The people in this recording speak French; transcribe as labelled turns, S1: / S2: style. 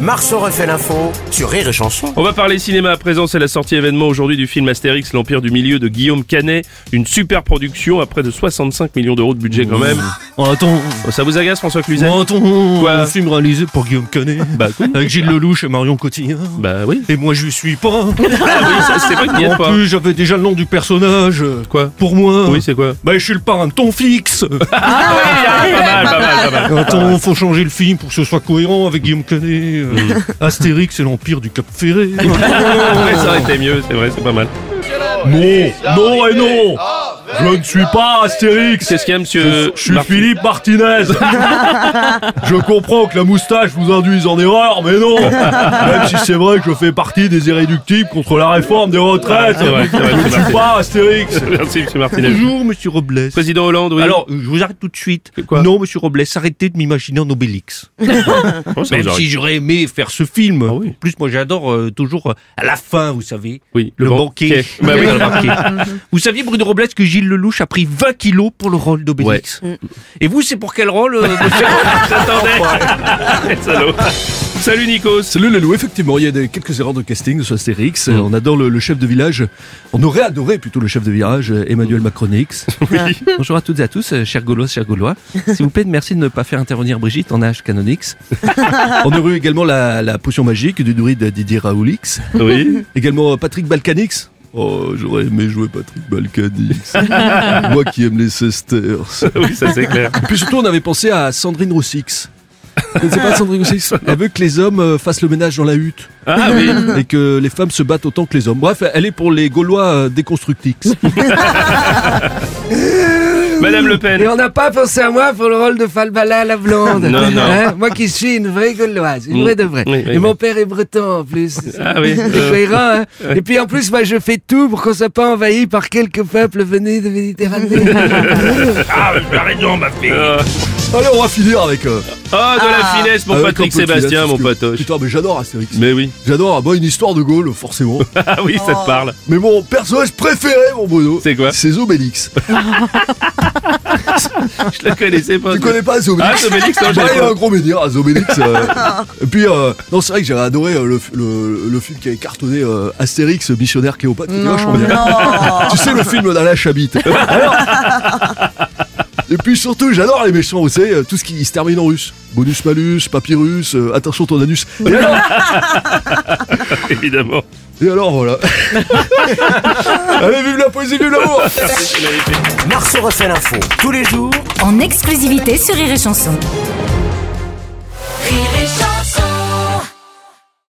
S1: Marceau refait l'info sur Rire et Chanson.
S2: On va parler cinéma à présent, c'est la sortie événement aujourd'hui du film Astérix, l'Empire du Milieu de Guillaume Canet. Une super production à près de 65 millions d'euros de budget quand même.
S3: Oh, attends,
S2: Oh, Ça vous agace François Cluzet
S3: oh, attends,
S2: Quoi
S3: un film réalisé par Guillaume Canet,
S2: Bah, cool.
S3: avec Gilles Lelouch et Marion Cotillard.
S2: Bah oui.
S3: Et moi, je suis pas.
S2: Ah oui, ça, c'est vrai qu'il y a
S3: en
S2: pas.
S3: plus, j'avais déjà le nom du personnage.
S2: Quoi
S3: Pour moi.
S2: Oui, c'est quoi
S3: Bah, je suis le parrain de ton fixe.
S2: Ah, Pas mal, pas mal, pas mal.
S3: attends, faut changer le film pour que ce soit cohérent avec Guillaume Canet. euh, Astérix, c'est l'empire du Cap Ferré.
S2: Ouais, ça aurait été mieux, c'est vrai, c'est pas mal.
S4: Non, non et non Je ne suis pas Astérix
S2: Qu'est-ce qu'il y a, monsieur
S4: Je suis
S2: Euh, Martin
S4: Philippe Martinez Je comprends que la moustache vous induise en erreur, mais non Même si c'est vrai que je fais partie des irréductibles contre la réforme des retraites
S2: c'est vrai, c'est vrai, c'est
S4: Je ne suis
S2: Martinez.
S4: pas Astérix
S2: Merci, monsieur Martinez.
S3: Bonjour, monsieur Robles.
S2: Président Hollande, oui.
S3: Alors, euh, je vous arrête tout de suite.
S2: Quoi
S3: non, monsieur Robles, arrêtez de m'imaginer en Obélix.
S2: Oh, ça
S3: Même
S2: vous aurait-
S3: si j'aurais aimé faire ce film.
S2: Ah oui.
S3: En plus, moi, j'adore euh, toujours euh, à la fin, vous savez.
S2: Oui,
S3: le,
S2: le ban-
S3: banquet.
S2: quai. Bah oui.
S3: Le banquet. vous saviez, Bruno Robles, que Gilles Lelouch a pris 20 kilos pour le rôle d'Obélix. Mm. Et vous, c'est pour quel rôle euh, monsieur
S2: J'attendais. Salaud. Salut Nikos.
S4: Salut Lelou, effectivement, il y a des, quelques erreurs de casting sur Astérix.
S2: Mm.
S4: Euh, On adore le, le chef de village. On aurait adoré plutôt le chef de village, euh, Emmanuel
S2: Mm.
S4: Macronix.
S3: Bonjour à toutes et à tous, euh, chers Gaulois, chers Gaulois. S'il vous plaît, merci de ne pas faire intervenir Brigitte en âge canonix.
S4: On aurait eu également la, la potion magique du druide Didier Raoulix.
S2: Oui.
S4: Également euh, Patrick Balkanix. Oh, j'aurais aimé jouer Patrick Balkanix. Moi qui aime les Sesters.
S2: Oui, ça c'est clair.
S4: Puis surtout, on avait pensé à Sandrine Roussix. Vous connaissez pas Sandrine Roussix Elle veut que les hommes euh, fassent le ménage dans la hutte
S2: Ah oui.
S4: et que les femmes se battent autant que les hommes. Bref, elle est pour les Gaulois euh, déconstructix.
S2: Madame Le Pen.
S5: Et on n'a pas pensé à moi pour le rôle de Falbala à la blonde.
S2: Non, non.
S5: moi qui suis une vraie gauloise, une
S2: Mm.
S5: vraie de vraie.
S2: Oui, oui,
S5: et
S2: oui.
S5: mon père est breton en plus. C'est
S2: Ah oui. euh,
S5: cohérent, hein. Et puis en plus, moi je fais tout pour qu'on soit pas envahi par quelques peuples venus de Méditerranée.
S2: euh,
S4: Allez, on va finir avec. euh,
S2: Oh, de la finesse pour
S4: avec
S2: Patrick
S4: un peu de
S2: Sébastien,
S4: finesse,
S2: mon
S4: parce que-
S2: patoche.
S4: Putain, mais j'adore Astérix.
S2: Mais oui.
S4: J'adore. Bon, une histoire de Gaulle, forcément.
S2: Ah oui, ça te parle.
S4: mais mon personnage préféré, mon Bruno.
S2: C'est quoi
S4: C'est Zobélix.
S2: Je la connaissais pas.
S4: Tu connais pas Zobélix
S2: Ah, Zobélix, non, je
S4: Bah,
S2: l'ai
S4: il y a
S2: pas.
S4: un gros média à Zobélix. euh. Et puis, euh, non, c'est vrai que j'avais adoré euh, le, f- le- le film qui avait cartonné euh, Astérix, Missionnaire Cléopâtre. qui était vachement bien. Tu sais, le film d'Alain Chabit. Alors- Et puis surtout, j'adore les méchants, vous savez, euh, tout ce qui se termine en russe. Bonus malus, papyrus, euh, attention ton anus. Et alors,
S2: Évidemment.
S4: et alors, voilà. Allez, vive la poésie, vive l'amour
S1: Marceau refait l'info tous les jours
S6: en exclusivité sur Rire et Chanson.